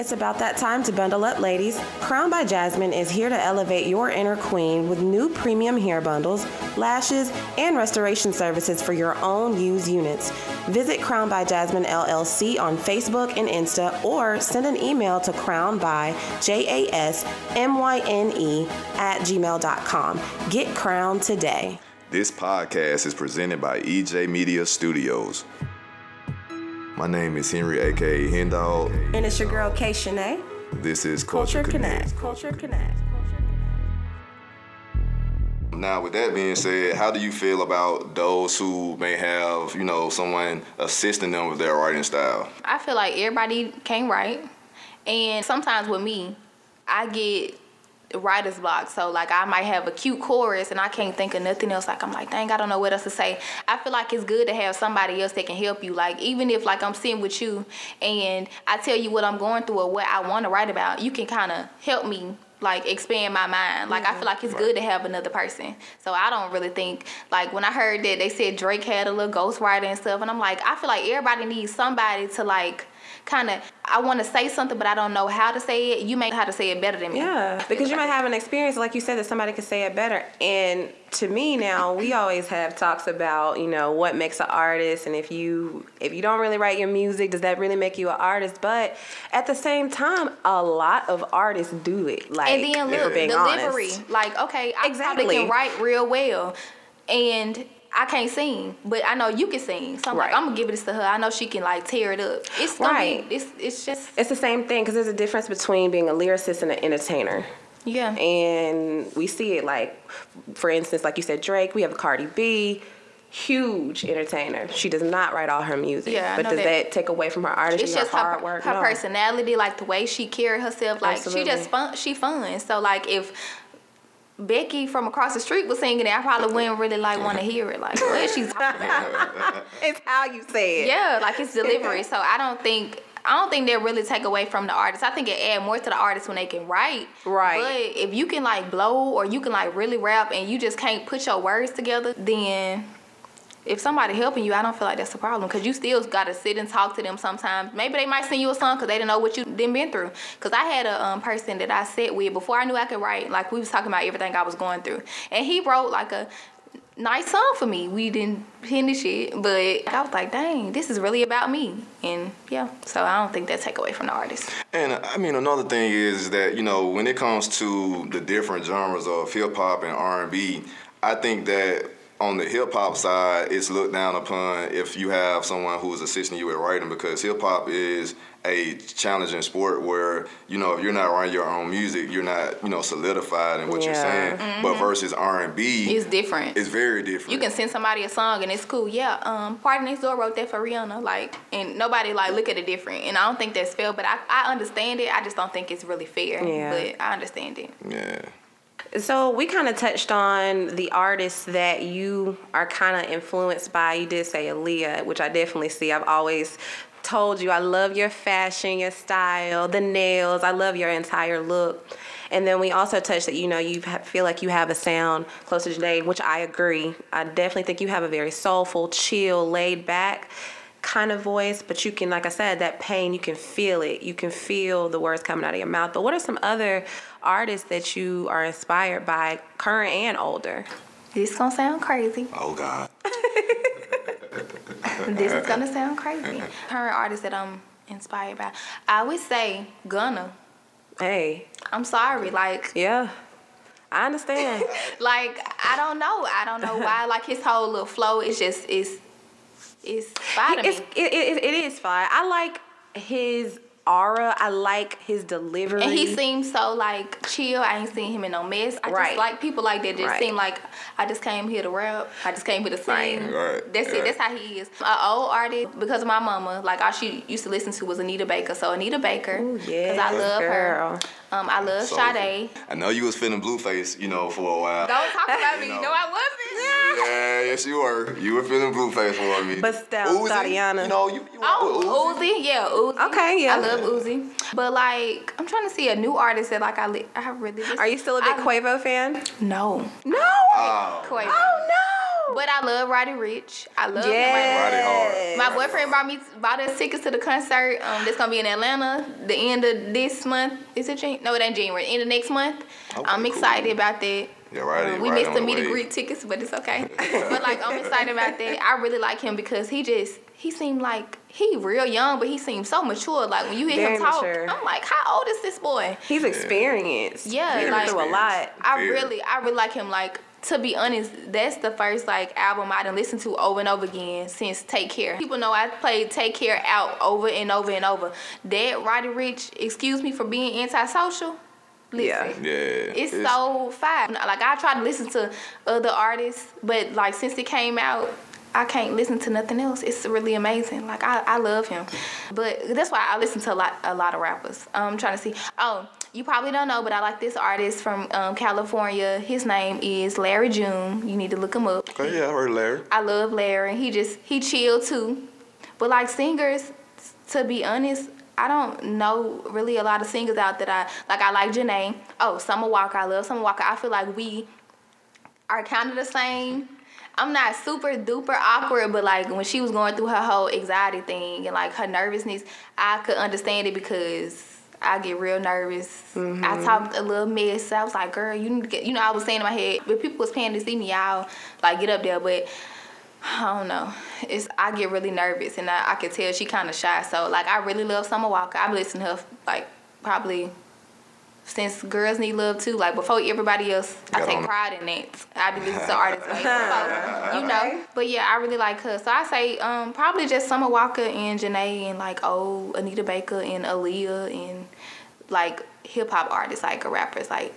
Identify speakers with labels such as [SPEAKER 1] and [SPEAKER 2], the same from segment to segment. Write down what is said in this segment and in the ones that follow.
[SPEAKER 1] It's about that time to bundle up, ladies. Crown by Jasmine is here to elevate your inner queen with new premium hair bundles, lashes, and restoration services for your own used units. Visit Crown by Jasmine LLC on Facebook and Insta or send an email to crownbyjasmyne E, at gmail.com. Get crowned today.
[SPEAKER 2] This podcast is presented by EJ Media Studios. My name is Henry, aka Hendall.
[SPEAKER 1] And it's your girl, Kay Shanae.
[SPEAKER 2] This is Culture, Connect.
[SPEAKER 1] Culture Connect.
[SPEAKER 2] Now, with that being said, how do you feel about those who may have, you know, someone assisting them with their writing style?
[SPEAKER 3] I feel like everybody can write, and sometimes with me, I get writer's block. So like I might have a cute chorus and I can't think of nothing else. Like I'm like, dang, I don't know what else to say. I feel like it's good to have somebody else that can help you. Like even if like I'm sitting with you and I tell you what I'm going through or what I want to write about, you can kind of help me like expand my mind. Like I
[SPEAKER 1] Mm-hmm.
[SPEAKER 3] feel like it's good to have another person. So I don't really think like when I heard that they said Drake had a little ghostwriter and stuff and I'm like, I feel like everybody needs somebody to like kind of I want to say something but I don't know how to say it. You may know how to say it better than me.
[SPEAKER 1] Yeah, because you might have an experience, like you said, that somebody could say it better. And to me now, we always have talks about you know what makes an artist, and if you if you don't really write your music, does that really make you an artist? But at the same time, a lot of artists do it. Like
[SPEAKER 3] and then
[SPEAKER 1] if we're
[SPEAKER 3] look,
[SPEAKER 1] being
[SPEAKER 3] delivery.
[SPEAKER 1] honest.
[SPEAKER 3] Like, okay, I
[SPEAKER 1] Exactly.
[SPEAKER 3] probably can write real well, and I can't sing, but I know you can sing. So I'm
[SPEAKER 1] Right.
[SPEAKER 3] like, I'm gonna give this to her. I know she can like tear it up. It's gonna
[SPEAKER 1] Right.
[SPEAKER 3] be, it's it's just
[SPEAKER 1] It's the same thing because there's a difference between being a lyricist and an entertainer.
[SPEAKER 3] yeah.
[SPEAKER 1] and we see it like for instance like you said drake we have cardi b huge entertainer she does not write all her music
[SPEAKER 3] Yeah, I
[SPEAKER 1] but
[SPEAKER 3] know
[SPEAKER 1] does that.
[SPEAKER 3] that.
[SPEAKER 1] take away from her artistry
[SPEAKER 3] it's
[SPEAKER 1] her
[SPEAKER 3] just
[SPEAKER 1] hard
[SPEAKER 3] her,
[SPEAKER 1] work
[SPEAKER 3] her
[SPEAKER 1] No.
[SPEAKER 3] personality, like the way she carried herself. Like she
[SPEAKER 1] Absolutely.
[SPEAKER 3] just fun, she fun. So like if Becky from across the street was singing it, I probably wouldn't really like want to hear it. Like what she's talking about.
[SPEAKER 1] it's how you say it
[SPEAKER 3] Yeah, like it's delivery. So I don't think I don't think they really take away from the artist. I think it add more to the artist when they can write.
[SPEAKER 1] Right.
[SPEAKER 3] But if you can like blow or you can like really rap and you just can't put your words together, then if somebody helping you, I don't feel like that's a problem because you still gotta sit and talk to them sometimes. Maybe they might send you a song because they didn't know what you done been through. Because I had a um, person that I sat with before I knew I could write. Like we was talking about everything I was going through, and he wrote like a nice song for me. We didn't finish it, but I was like, dang, this is really about me. And yeah, so I don't think that take away from the artist.
[SPEAKER 2] And I mean, another thing is that you know, when it comes to the different genres of hip hop and R and B, I think that on the hip hop side, it's looked down upon if you have someone who is assisting you with writing because hip hop is a challenging sport where you know if you're not writing your own music, you're not you know solidified in what you're
[SPEAKER 1] Yeah.
[SPEAKER 2] saying. But versus R and B,
[SPEAKER 3] Mm-hmm. It's different.
[SPEAKER 2] it's very different.
[SPEAKER 3] you can send somebody a song and it's cool. Yeah, um, Party Next Door wrote that for Rihanna, like, and nobody like look at it different. And I don't think that's fair, but I, I understand it. I just don't think it's really fair.
[SPEAKER 1] Yeah.
[SPEAKER 3] But I understand it.
[SPEAKER 2] yeah.
[SPEAKER 1] so we kind of touched on the artists that you are kind of influenced by you did say Aaliyah which I definitely see I've always told you I love your fashion your style the nails I love your entire look and then we also touched that you know you ha- feel like you have a sound close to Janae which I agree I definitely think you have a very soulful chill laid back kind of voice, but you can, like I said, that pain, you can feel it. You can feel the words coming out of your mouth. But what are some other artists that you are inspired by, current and older?
[SPEAKER 3] This gonna sound crazy.
[SPEAKER 2] Oh God.
[SPEAKER 3] this is gonna sound crazy. Current artists that I'm inspired by, I would say Gunna.
[SPEAKER 1] Hey,
[SPEAKER 3] I'm sorry, like
[SPEAKER 1] yeah, I understand.
[SPEAKER 3] like I don't know. I don't know why. Like his whole little flow is just is is spotting
[SPEAKER 1] it's,
[SPEAKER 3] me.
[SPEAKER 1] it, it, it is fine. I like his aura, I like his delivery.
[SPEAKER 3] And he seems so like chill. I ain't seen him in no mess. I
[SPEAKER 1] Right.
[SPEAKER 3] just like people like that. Just
[SPEAKER 1] Right.
[SPEAKER 3] seem like I just came here to rap. I just came here to sing.
[SPEAKER 1] Right.
[SPEAKER 2] Right.
[SPEAKER 3] That's
[SPEAKER 2] Right.
[SPEAKER 3] it. That's how he is. An old artist because of my mama. Like all she used to listen to was Anita Baker. So Anita Baker.
[SPEAKER 1] Ooh,
[SPEAKER 3] Cause I
[SPEAKER 1] yes,
[SPEAKER 3] love
[SPEAKER 1] girl.
[SPEAKER 3] her. Um, I love
[SPEAKER 2] So-
[SPEAKER 3] Sade.
[SPEAKER 2] I know you was feeling blue face, you know, for a while.
[SPEAKER 3] Don't talk about me.
[SPEAKER 2] You know.
[SPEAKER 3] No, I wasn't.
[SPEAKER 2] Yeah, yes you were. You were feeling blue face for me.
[SPEAKER 1] But still, Tatiana.
[SPEAKER 2] You know, you, you
[SPEAKER 3] Oh,
[SPEAKER 2] oh, Uzi.
[SPEAKER 3] Uzi. yeah, Uzi.
[SPEAKER 1] Okay, yeah.
[SPEAKER 3] I love Uzi, but like, I'm trying to see a new artist that like I li- I really.
[SPEAKER 1] Are you still a big
[SPEAKER 3] I-
[SPEAKER 1] Quavo fan?
[SPEAKER 3] No,
[SPEAKER 1] No!
[SPEAKER 2] Oh.
[SPEAKER 3] Quavo.
[SPEAKER 1] oh
[SPEAKER 3] But I love Roddy Rich. I love him.
[SPEAKER 2] Ride it hard.
[SPEAKER 1] Yes.
[SPEAKER 3] My
[SPEAKER 2] Ride it
[SPEAKER 3] boyfriend brought me bought us tickets to the concert. Um, that's gonna be in Atlanta. The end of this month. Is it January? No, it ain't January. End of next month.
[SPEAKER 2] Okay,
[SPEAKER 3] I'm
[SPEAKER 2] cool.
[SPEAKER 3] excited about that.
[SPEAKER 2] Yeah, right.
[SPEAKER 3] Um, we
[SPEAKER 2] right
[SPEAKER 3] missed
[SPEAKER 2] on
[SPEAKER 3] the meet and
[SPEAKER 2] wave.
[SPEAKER 3] greet tickets, but it's okay. but like I'm excited about that. I really like him because he just he seemed like he real young, but he seemed so mature. Like when you hear
[SPEAKER 1] Very
[SPEAKER 3] him talk,
[SPEAKER 1] mature.
[SPEAKER 3] I'm like, how old is this boy?
[SPEAKER 1] He's experienced.
[SPEAKER 3] Yeah,
[SPEAKER 1] He's been
[SPEAKER 3] like-
[SPEAKER 1] through a lot.
[SPEAKER 3] I
[SPEAKER 2] Very.
[SPEAKER 3] really, I really like him. Like to be honest, that's the first like album I done listened to over and over again since Take Care. People know I played Take Care out over and over and over. That Roddy Rich, excuse me for being antisocial. Listen,
[SPEAKER 1] Yeah.
[SPEAKER 2] Yeah.
[SPEAKER 3] it's, so fine. Like I try to listen to other artists, but like since it came out, I can't listen to nothing else. It's really amazing. Like I, I love him, but that's why I listen to a lot a lot of rappers. I'm trying to see. Oh, you probably don't know, but I like this artist from um, California. His name is Larry June. You need to look him up.
[SPEAKER 2] Okay, yeah, I heard Larry.
[SPEAKER 3] I love Larry. He just he chill too. But like singers, to be honest, I don't know really a lot of singers out that I like. I like Janae. Oh, Summer Walker. I love Summer Walker. I feel like we are kind of the same. I'm not super duper awkward, but like when she was going through her whole anxiety thing and like her nervousness, I could understand it because I get real nervous. I talked a little mess. I was like, girl, you need to get, you know, I was saying in my head, if people was paying to see me, y'all like get up there, but I don't know. It's I get really nervous, and I, I could tell she kind of shy. So like, I really love Summer Walker. I've listened to her like probably since Girls Need Love too. Like before everybody else, I
[SPEAKER 2] Got
[SPEAKER 3] take
[SPEAKER 2] on it.
[SPEAKER 3] pride in that. I be listening to artists, like, so, you know. But yeah, I really like her. So I say um, probably just Summer Walker and Janae and like old Anita Baker and Aaliyah and like hip hop artists, like rappers, like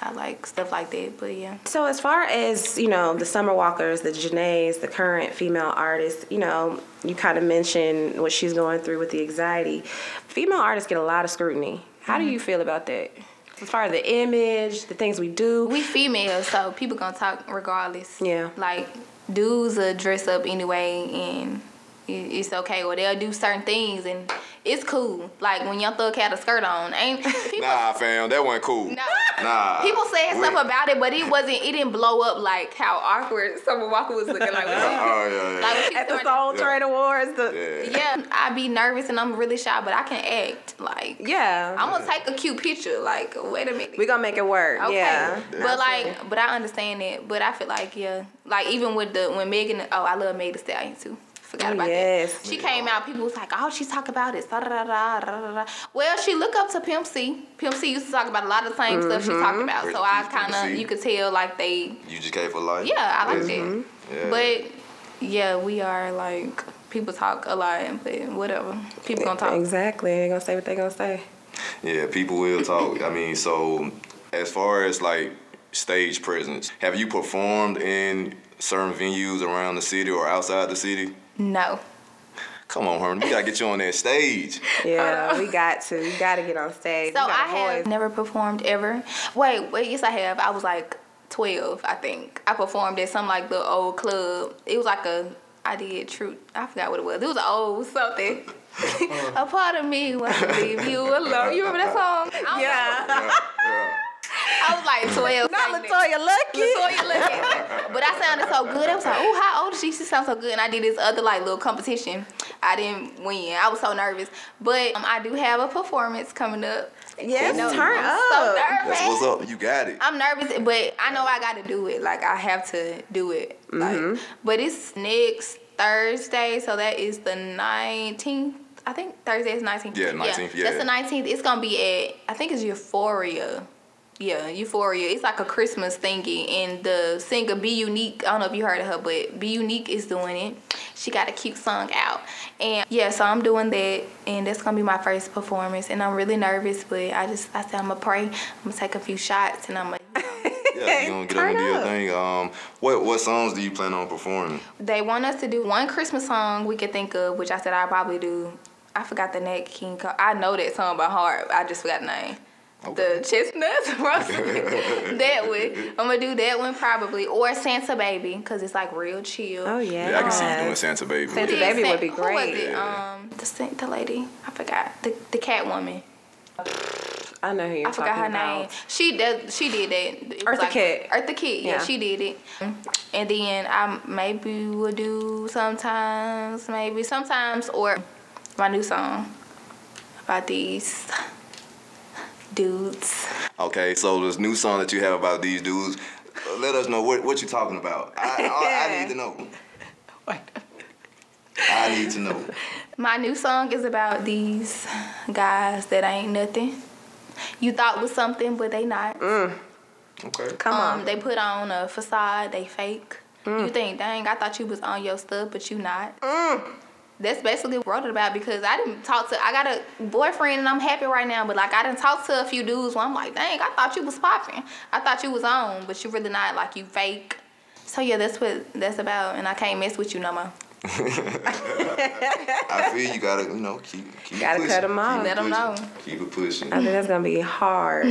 [SPEAKER 3] I like stuff like that. But yeah.
[SPEAKER 1] So as far as you know, the Summer Walkers, the Janae's, the current female artists, you know, you kind of mentioned what she's going through with the anxiety. Female artists get a lot of scrutiny. How
[SPEAKER 3] Mm-hmm.
[SPEAKER 1] do you feel about that? As far as the image, the things we do,
[SPEAKER 3] we females, so people gonna talk regardless.
[SPEAKER 1] Yeah.
[SPEAKER 3] Like dudes will dress up anyway, and it- it's okay, or they'll do certain things, and it's cool. Like when Young Thug had a skirt on, ain't people?
[SPEAKER 2] Nah, fam, that wasn't cool.
[SPEAKER 3] No.
[SPEAKER 2] Nah.
[SPEAKER 3] People said
[SPEAKER 2] we-
[SPEAKER 3] stuff about it, but it wasn't. It didn't blow up like how awkward Summer Walker was looking like. When
[SPEAKER 2] Oh yeah,
[SPEAKER 3] she,
[SPEAKER 2] yeah.
[SPEAKER 3] like when she
[SPEAKER 1] at the
[SPEAKER 3] started-
[SPEAKER 1] Soul
[SPEAKER 2] Yeah.
[SPEAKER 1] Trade Awards, the
[SPEAKER 2] yeah.
[SPEAKER 3] Yeah, I be nervous and I'm really shy, but I can act. Like
[SPEAKER 1] yeah,
[SPEAKER 3] I'm gonna take a cute picture. Like wait a minute.
[SPEAKER 1] we're gonna make it work.
[SPEAKER 3] Okay.
[SPEAKER 1] Yeah,
[SPEAKER 3] But like, but I understand it. But I feel like yeah, like even with the when Megan, oh I love Megan Thee Stallion too. Forgot
[SPEAKER 1] Oh,
[SPEAKER 3] about
[SPEAKER 1] yes.
[SPEAKER 3] that. She came out. People was like, "Oh, she's talking about it." da, da, da, da, da, da, da. Well, she look up to Pimp C. Pimp C used to talk about a lot of the same stuff she
[SPEAKER 1] Mm-hmm.
[SPEAKER 3] talked about.
[SPEAKER 2] Rest
[SPEAKER 3] So
[SPEAKER 2] in
[SPEAKER 3] I
[SPEAKER 2] peace, Pimp
[SPEAKER 3] kind of
[SPEAKER 2] C.
[SPEAKER 3] you could tell like they
[SPEAKER 2] You just came for life.
[SPEAKER 3] yeah I like
[SPEAKER 1] Mm-hmm.
[SPEAKER 3] that.
[SPEAKER 2] Yeah.
[SPEAKER 3] But yeah, we are like people talk a lot, but whatever. People gonna talk.
[SPEAKER 1] exactly. They're gonna say what they're gonna say.
[SPEAKER 2] Yeah, people will talk. I mean, so as far as like stage presence, have you performed in certain venues around the city or outside the city?
[SPEAKER 3] No.
[SPEAKER 2] Come on, Herman, we gotta get you on that stage.
[SPEAKER 1] Yeah, we got to. You got to get on stage.
[SPEAKER 3] So
[SPEAKER 1] You got
[SPEAKER 3] I
[SPEAKER 1] a
[SPEAKER 3] have
[SPEAKER 1] voice.
[SPEAKER 3] never performed ever. Wait, wait, yes I have. I was like twelve, I think. I performed at some like the old club. It was like a I did truth. I forgot what it was. It was an old something.
[SPEAKER 1] Uh-huh.
[SPEAKER 3] a part of me wants to leave you alone. You remember that song? I was,
[SPEAKER 1] Yeah,
[SPEAKER 2] Yeah.
[SPEAKER 3] I was like twelve.
[SPEAKER 1] not
[SPEAKER 3] singing it.
[SPEAKER 1] Latoya Lucky.
[SPEAKER 3] Latoya Luckett. But I sounded so good. I was like, oh, how old is she? She sounds so good. And I did this other like little competition. I didn't win. I was so nervous. But um, I do have a performance coming up.
[SPEAKER 1] Yes,
[SPEAKER 3] No,
[SPEAKER 1] turn
[SPEAKER 3] I'm
[SPEAKER 1] up.
[SPEAKER 3] So nervous.
[SPEAKER 2] That's what's up. You got it.
[SPEAKER 3] I'm nervous, but I know I got to do it. Like I have to do it. Like, but it's next Thursday, so that is the 19th. I think Thursday is 19th.
[SPEAKER 2] Yeah, 19th, yeah.
[SPEAKER 3] That's the 19th. It's gonna be at I think it's Euphoria. Yeah, Euphoria. It's like a Christmas thingy, and the singer Be Unique. I don't know if you heard of her, but Be Unique is doing it. She got a cute song out, and yeah, so I'm doing that, and that's gonna be my first performance, and I'm really nervous, but I just I said I'm gonna pray, I'm gonna take a few shots, and I'm gonna.
[SPEAKER 2] Yeah, you gonna get on
[SPEAKER 1] Turn
[SPEAKER 2] and do your
[SPEAKER 1] up.
[SPEAKER 2] thing. Um, what what songs do you plan on performing?
[SPEAKER 3] They want us to do one Christmas song we could think of, which I said I probably do. I forgot the Nat King. Co- I know that song by heart. I just forgot the name. The chestnuts roasting that one. I'm gonna do that one probably, or Santa Baby, cause it's like real chill.
[SPEAKER 1] Oh yeah.
[SPEAKER 2] Yeah, I can see you doing Santa Baby.
[SPEAKER 1] Santa
[SPEAKER 3] Yeah,
[SPEAKER 1] Baby would be
[SPEAKER 3] Who was
[SPEAKER 1] great.
[SPEAKER 3] it?
[SPEAKER 2] Yeah.
[SPEAKER 3] Um, the Santa lady. I forgot the the Cat Woman.
[SPEAKER 1] I know who you're
[SPEAKER 3] I forgot her
[SPEAKER 1] talking about.
[SPEAKER 3] name. She did. She did that. It was
[SPEAKER 1] Eartha Kitt.
[SPEAKER 3] Eartha Kitt. Yeah.
[SPEAKER 1] Yeah.
[SPEAKER 3] she did it. And then I maybe will do sometimes, maybe sometimes, or my new song about these dudes.
[SPEAKER 2] Okay, so this new song that you have about these dudes, uh, let us know what what you talking about. I, I, I need to know. I need to know.
[SPEAKER 3] My new song is about these guys that ain't nothing. You thought was something, but they not.
[SPEAKER 2] Okay.
[SPEAKER 1] Come
[SPEAKER 3] Um,
[SPEAKER 1] on. Mm.
[SPEAKER 3] they put on a facade. They fake. You think, dang, I thought you was on your stuff, but you not. That's basically what it about because I didn't talk to. I got a boyfriend and I'm happy right now, but like I didn't talk to a few dudes where I'm like, dang, I thought you was popping. I thought you was on, but you really not. Like you fake. So yeah, that's what that's about, and I can't mess with you no more.
[SPEAKER 2] I feel you gotta, you know, keep keep
[SPEAKER 1] Gotta cut
[SPEAKER 2] pushing,
[SPEAKER 1] 'em off.
[SPEAKER 2] keep
[SPEAKER 3] Let 'em
[SPEAKER 2] pushing,
[SPEAKER 3] know.
[SPEAKER 2] Keep it pushing.
[SPEAKER 1] I think that's gonna be hard.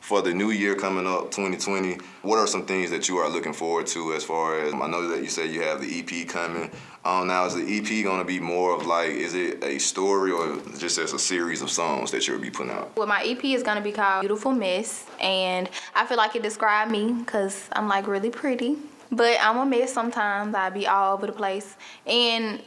[SPEAKER 2] For the new year coming up, 2020, what are some things that you are looking forward to as far as I know that you say you have the EP coming. Um, now is the EP gonna be more of like, is it a story or just as a series of songs that you'll be putting out?
[SPEAKER 3] Well, my EP is gonna be called Beautiful Miss, and I feel like it described me because I'm like really pretty, but I'm a mess sometimes. I be all over the place, and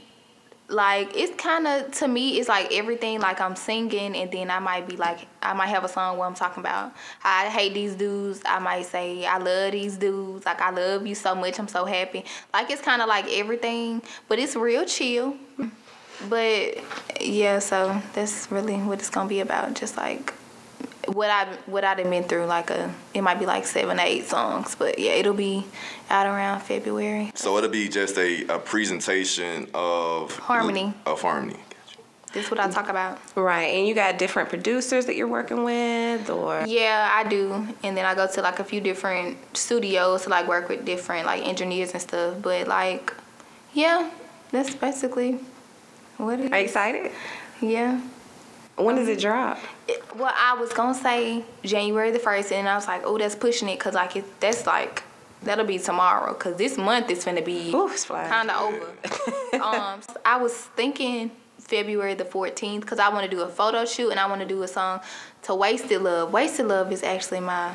[SPEAKER 3] like it's kind of to me, it's like everything. Like I'm singing, and then I might be like, I might have a song where I'm talking about I hate these dudes. I might say I love these dudes. Like I love you so much. I'm so happy. Like it's kind of like everything, but it's real chill. But yeah, so that's really what it's gonna be about. Just like what I what I've been through. Like a it might be like seven or eight songs, but yeah, it'll be out around February.
[SPEAKER 2] So it'll be just a, a presentation of
[SPEAKER 3] Harmony.
[SPEAKER 2] Of harmony.
[SPEAKER 3] That's what I talk about.
[SPEAKER 1] right. And you got different producers that you're working with or
[SPEAKER 3] Yeah, I do. And then I go to like a few different studios to like work with different like engineers and stuff. But like, yeah, that's basically what it
[SPEAKER 1] are you
[SPEAKER 3] is.
[SPEAKER 1] excited?
[SPEAKER 3] Yeah.
[SPEAKER 1] When does it drop?
[SPEAKER 3] It- well, I was gonna say January the first, and I was like, oh, that's pushing it, cause like it, that's like that'll be tomorrow, cause this month is gonna be
[SPEAKER 1] Ooh, it's flying.
[SPEAKER 3] kind of over. um, so I was thinking February the fourteenth, cause I want to do a photo shoot and I want to do a song to "Wasted Love." "Wasted Love" is actually my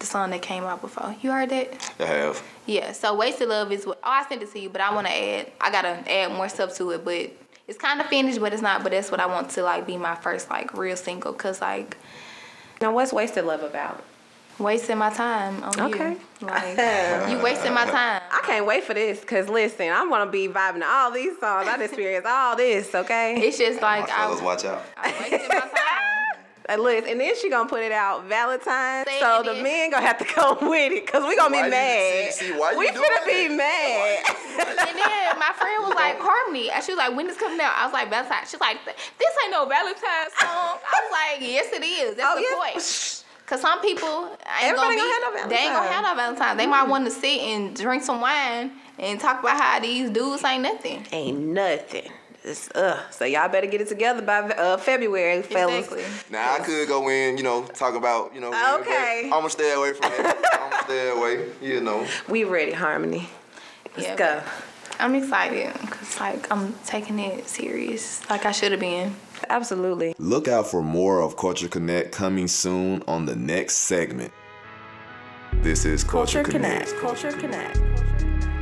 [SPEAKER 3] the song that came out before. You heard that?
[SPEAKER 2] I have.
[SPEAKER 3] Yeah. So "Wasted Love" is what. Oh, I sent it to you, but I want to add. I gotta add more stuff to it, but it's kind of finished, but it's not. But that's what I want to like be my first like real single, cause like.
[SPEAKER 1] Now what's wasted love about?
[SPEAKER 3] wasting my time on
[SPEAKER 1] Okay.
[SPEAKER 3] you. Like, you wasting my time.
[SPEAKER 1] I can't wait for this because listen, I'm gonna be vibing to all these songs. I experienced all this, okay?
[SPEAKER 3] It's just like
[SPEAKER 2] My
[SPEAKER 3] I,
[SPEAKER 2] fellas, watch out.
[SPEAKER 3] I wasted my time.
[SPEAKER 1] And Uh, listen, and then she gonna put it out Valentine's,
[SPEAKER 3] Say
[SPEAKER 1] so
[SPEAKER 3] it
[SPEAKER 1] the
[SPEAKER 3] is.
[SPEAKER 1] men gonna have to come with it because we gonna
[SPEAKER 2] Why
[SPEAKER 1] be
[SPEAKER 2] you-
[SPEAKER 1] mad.
[SPEAKER 2] see- see, why you
[SPEAKER 1] we
[SPEAKER 2] doing
[SPEAKER 1] finna be
[SPEAKER 2] that?
[SPEAKER 1] mad.
[SPEAKER 3] And then my friend was like, Harmony. And she was like, when this coming out? I was like, Valentine. She's like, this ain't no Valentine song. I was like, yes, it is. That's
[SPEAKER 1] Oh,
[SPEAKER 3] the
[SPEAKER 1] yeah.
[SPEAKER 3] point. Cause some people ain't gonna,
[SPEAKER 1] Everybody
[SPEAKER 3] be,
[SPEAKER 1] gonna have no
[SPEAKER 3] They ain't gonna
[SPEAKER 1] Valentine.
[SPEAKER 3] have no Valentine. They might want to sit and drink some wine and talk about how these dudes ain't nothing.
[SPEAKER 1] Ain't nothing. It's, uh, so y'all better get it together by uh, February, fellas.
[SPEAKER 3] Exactly.
[SPEAKER 2] Now I could go in, you know, talk about, you know.
[SPEAKER 1] Okay.
[SPEAKER 2] I'm gonna stay away from that. I'm gonna stay away, you know.
[SPEAKER 1] We ready, Harmony. Let's
[SPEAKER 3] Yeah,
[SPEAKER 1] go.
[SPEAKER 3] I'm excited because like I'm taking it serious, like I should have been.
[SPEAKER 1] Absolutely.
[SPEAKER 2] Look out for more of Culture Connect coming soon on the next segment. This is Culture, Connect.
[SPEAKER 4] Culture Connect.